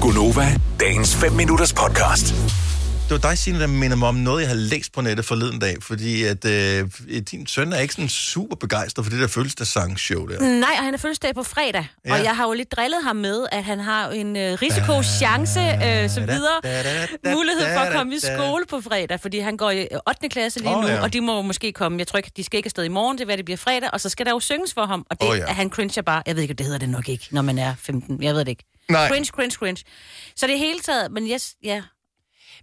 Gunova, dagens 5 minutters podcast. Det var dig, Signe, der minder mig om noget, jeg havde læst på nettet forleden dag, fordi at øh, din søn er ikke sådan super begejstret for det der fødselsdagssangsshow der. Nej, og han er fødselsdag på fredag. Ja. Og Ja. jeg har jo lidt drillet ham med, at han har en øh, risikochance, øh, så videre, da, da, da, mulighed for da, at komme i da. skole på fredag, fordi han går i øh, 8. klasse lige Åh, nu, ja. og de må jo måske komme, jeg tror ikke, de skal ikke afsted i morgen, det er hvad det bliver fredag, og så skal der jo synges for ham, og det Åh, oh, ja. ja. han cringer bare, jeg ved ikke, det hedder det nok ikke, når man er 15, jeg ved det ikke. Nej. Cringe, cringe, cringe. Så det er hele taget, men yes, ja,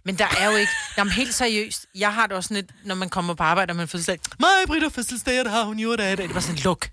Men der er jo ikke... Jamen helt seriøst, jeg har det også sådan lidt, når man kommer på arbejde, og man fødselsdag. Mig, Britt, har fødselsdag, og det har hun jo i dag. Det var sådan, luk.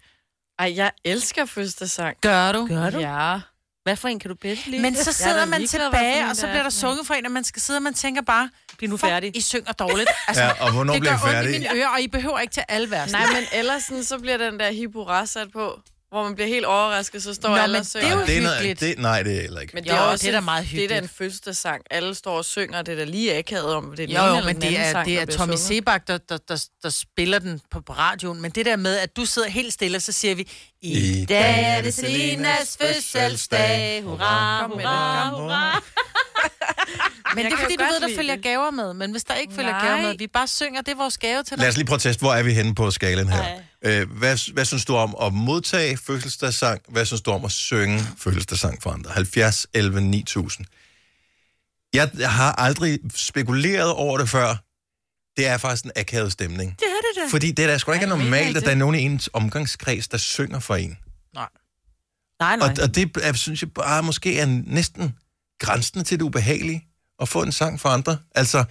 Ej, jeg elsker fødselsdagssang. Gør du? gør du? Ja. Ja. Hvad for en kan du bedst lide? Men så Jeg er sidder da man ligeglad, hvad for tilbage, en og så det er. bliver der sunget for en, og man skal sidde, og man tænker bare, Bliv nu fuck, færdig. I synger dårligt. Altså, Ja, og hvornår det bliver gør jeg ondt i færdig? mine ører, og I behøver ikke til alle vers. Nej, men ellers sådan, så bliver den der hip hurra sat på, hvor man bliver helt overrasket, så står Nå, alle men og det synger. er jo det er noget, hyggeligt. det, nej, det er heller ikke. Men Jo, er det er da meget Det er da en hyggeligt. fødselsdagssang. Alle står og synger, og det er da lige akavet om, det er den Jo, ene jo, eller men den anden det er, sang, det der er bliver Tommy sunget. Sebak, der, der, der, der spiller den på på radioen. Men det der med, at du sidder helt stille, og så siger vi... I dag er det Selinas fødselsdag. Hurra, Kom med hurra, den. hurra. Men det er kan fordi, jo du godt ved, der lide følger det. gaver med. Men hvis der ikke følger Nej. gaver med, vi bare synger, det er vores gave til dig. Lad os lige prøve at teste, hvor er vi henne på skalen her. Øh, hvad, hvad synes du om at modtage fødselsdagssang? Hvad synes du om at synge fødselsdagssang for andre? 70, 11, 9000. Jeg har aldrig spekuleret over det før. Det er faktisk en akavet stemning. Det er det da. Fordi det er da sgu da ikke Ja, det er normalt, mega at der er nogen i ens omgangskreds, der synger for en. Nej. Nej, Og, nej. og det er, synes jeg bare måske er næsten grænsen til det ubehagelige at få en sang for andre. Altså,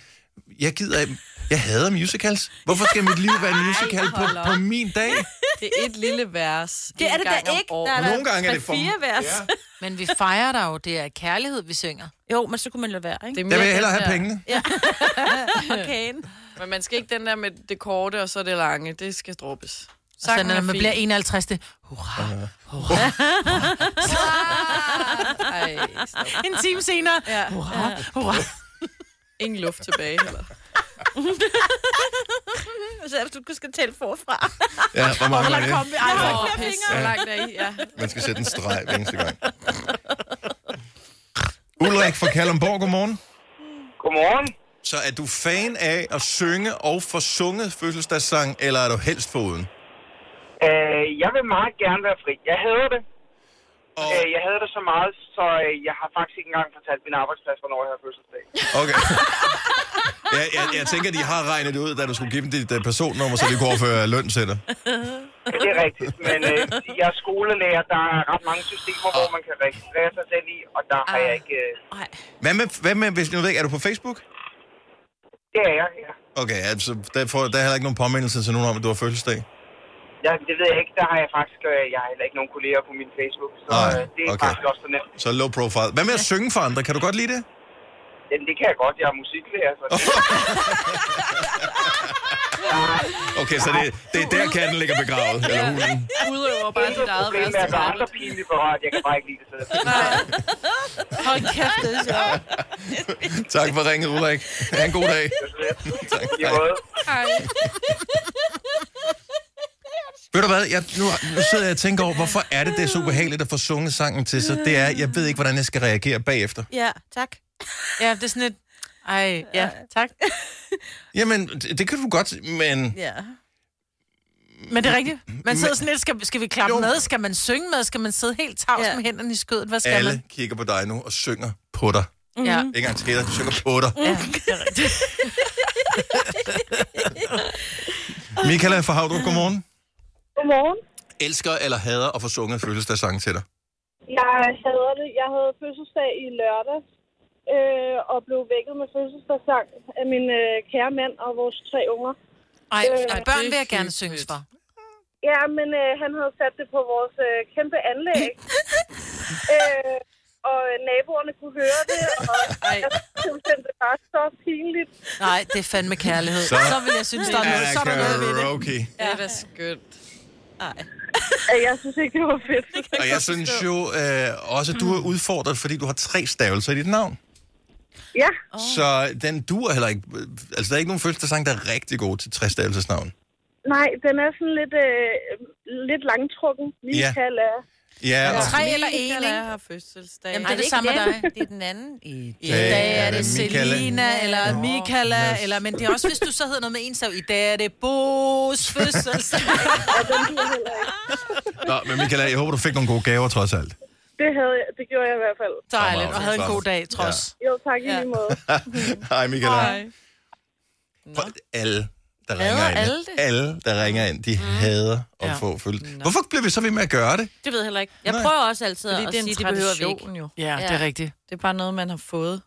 jeg gider... Jeg hader musicals. Hvorfor skal mit liv være en musical på, hold op. på min dag? Det er et lille vers. Det er en det da gang om ikke. året. Der er Nogle gange er det for... fire vers. Ja. Men vi fejrer dig jo. Det er kærlighed, vi synger. Jo, men så kunne man lade være, ikke? er mere Jeg vil den hellere have der- pengene. Det kagen. Men man skal ikke den der med det korte, og så det lange. Det skal droppes. Så Sangen når er man fin. bliver 51, det hurra. Ej, stop. En time senere, Ja. hurra, hurra. Ingen luft tilbage heller. Så er det, du skal tælle forfra. Ja, hvor mange var det? vi aldrig. Åh, pis. Så langt er I. Ja. Man skal sætte en streg hver eneste gang. Ulrik fra Kalundborg, godmorgen. Godmorgen. Så er du fan af at synge og få sunget fødselsdagssang, eller er du helst foruden? Øh, jeg vil meget gerne være fri. Jeg hader det. Og, Øh, jeg hader det så meget, så øh, jeg har faktisk ikke engang fortalt min arbejdsplads, hvornår jeg har fødselsdag. okay. Jeg, jeg, jeg tænker, de har regnet det ud, da du skulle give dem dit øh, personnummer, så de kunne overføre løn til dig. Det er rigtigt, men øh, jeg er skolelærer. Der er ret mange systemer, hvor man kan registrere sig selv i, og der har jeg ikke... Øh, Hvad med, hvad med hvis nu ved, jeg ikke, er du på Facebook? det er jeg, ja. Okay, altså, der, får, der er heller ikke nogen påmindelse til nogen om, at du har fødselsdag. ja. Det ved jeg ikke. Der har jeg faktisk... Øh, jeg har heller ikke nogen kolleger på min Facebook, så Nej, øh, det er okay. faktisk også så nemt. Så low profile. Hvad med at synge for andre? Kan du godt lide det? Ja, det kan jeg godt. Jeg er musiklærer, så det, Okay, så det, det er der, katten ligger begravet. Eller hulen. Udøver bare dit eget vers. problemet er, at der er andre pinlige berørt. Jeg kan bare ikke lide det selv. Hold kæft, det er sjovt. Tak for ringet, Ulrik. Ha' en god dag. Tak. I Hej. måde. Ved du hvad, jeg, nu, nu sidder jeg og tænker over, hvorfor er det, det er så ubehageligt at få sunget sangen til sig? Det er, jeg ved ikke, hvordan jeg skal reagere bagefter. Ja, tak. Ja, det er sådan et... Ej, ja, tak. Jamen, det, det kan du godt, men... Ja. Men det er rigtigt. Man sidder sådan lidt, skal, skal vi klappe Jo. med? Skal man synge med? Skal man sidde helt tavs Ja. med hænderne i skødet? Hvad skal Alle man? kigger på dig nu og synger på dig. Ja. Ikke engang til dig, de synger på dig. ja, det er rigtigt. Michaela fra Havdrup, godmorgen. Godmorgen. Elsker eller hader at få sunget fødselsdagssange til dig? Jeg hader det. Jeg havde fødselsdag i lørdags øh, og blev vækket med fødselsdagssang af min øh, kære mand og vores tre unger. Ej, Øh, og børn vil jeg gerne hyggeligt. synge for. Ja, men øh, han havde sat det på vores øh, kæmpe anlæg. øh, og naboerne kunne høre det, og Ej. jeg synes, det var bare så pinligt. Nej, det er fandme kærlighed. Så- Så, så vil jeg synes, der er noget, så er der noget ved det. okay. Det er da skønt. Øh, jeg synes ikke, det var fedt. Og jeg synes jo øh, også, at du er udfordret, fordi du har tre stavelser i dit navn. Ja, Så den duer heller ikke. Altså, der er ikke nogen fødselsdagssang, der er rigtig god til tre stavelses navn. nej, den er sådan lidt, øh, lidt langtrukken. Michael er... Ja, og, Tre eller en, Michael ikke? er har fødselsdag. Jamen, Jamen, det er det det ikke samme med den? dig. Det er den anden. I dag dag er er det det Michaela. Selina, eller Michaela, eller... Men det er også, hvis du så hedder noget med en sav. I dag er det Bo's fødselsdag. nå, men Michaela, jeg håber, du fik nogle gode gaver trods alt. Det, havde jeg, det gjorde jeg i hvert fald. Dejligt, og havde en god dag, trods. Jo, tak i lige måde. Hej, Michaela. Hej. Prøv, alle, der Hader ringer ind. alle det? Mm. Alle, der ringer ind, de hader at Ja. få følt. Hvorfor bliver vi så ved med at gøre det? Det ved jeg heller ikke. Jeg Nej. prøver også altid Fordi at det er en sige, det behøver vi ikke. tradition jo. Ja, det er rigtigt. Det er bare noget, man har fået.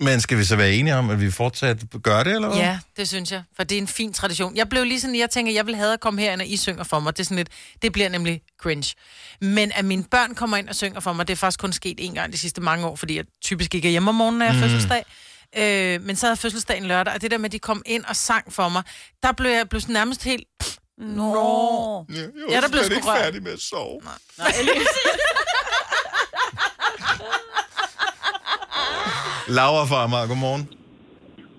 Men skal vi så være enige om, at vi fortsat gør det, eller hvad? Ja, det synes jeg, for det er en fin tradition. Jeg blev lige sådan, jeg tænker, jeg vil have at komme herind, og I synger for mig. Det, er sådan lidt, det bliver nemlig cringe. Men at mine børn kommer ind og synger for mig, det er faktisk kun sket en gang de sidste mange år, fordi jeg typisk ikke er hjemme om morgenen, når jeg har fødselsdag. Øh, men så havde jeg fødselsdagen lørdag, og det der med, at de kom ind og sang for mig, der blev jeg blev sådan nærmest helt... Nå. jo, Ja, der blev sgu rørt. med at sove. Nej. Laura fra Amager, godmorgen.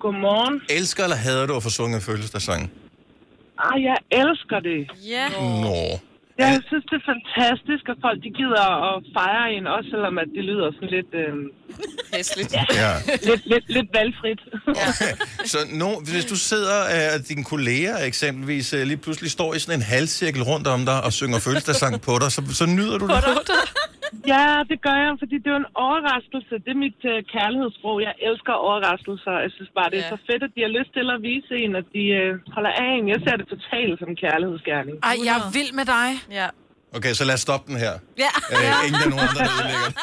Godmorgen. Elsker eller hader du at få sunget fødselsdagssange? Ah, jeg elsker det. Ja. Nå. Jeg Ja. synes, det er fantastisk, at folk de gider at fejre en, også selvom at det lyder sådan lidt, øh, Hæsligt. Ja. lidt, lidt, lidt valgfrit. Okay. Så nu, hvis du sidder og dine kolleger eksempelvis øh, lige pludselig står i sådan en halvcirkel rundt om dig og synger fødselsdagssang på dig, så, så nyder du det. ja, det gør jeg, fordi det er jo en overraskelse. Det er mit øh, kærlighedssprog. Jeg elsker overraskelser. Jeg synes bare, det er Ja. ja. så fedt, at de har lyst til at vise en, at de øh, holder af en. Jeg ser det totalt som kærlighedsgærning. Ej, jeg er vild med dig. Ja. Okay, så lad os stoppe den her. Ja. Øh, ingen af nogen andre, der ødelægger det.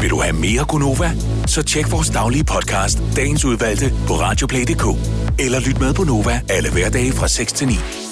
Vil du have mere Gunova? Så tjek vores daglige podcast, dagens udvalgte, på radioplay.dk. Eller lyt med på Nova alle hverdage fra 6 til 9.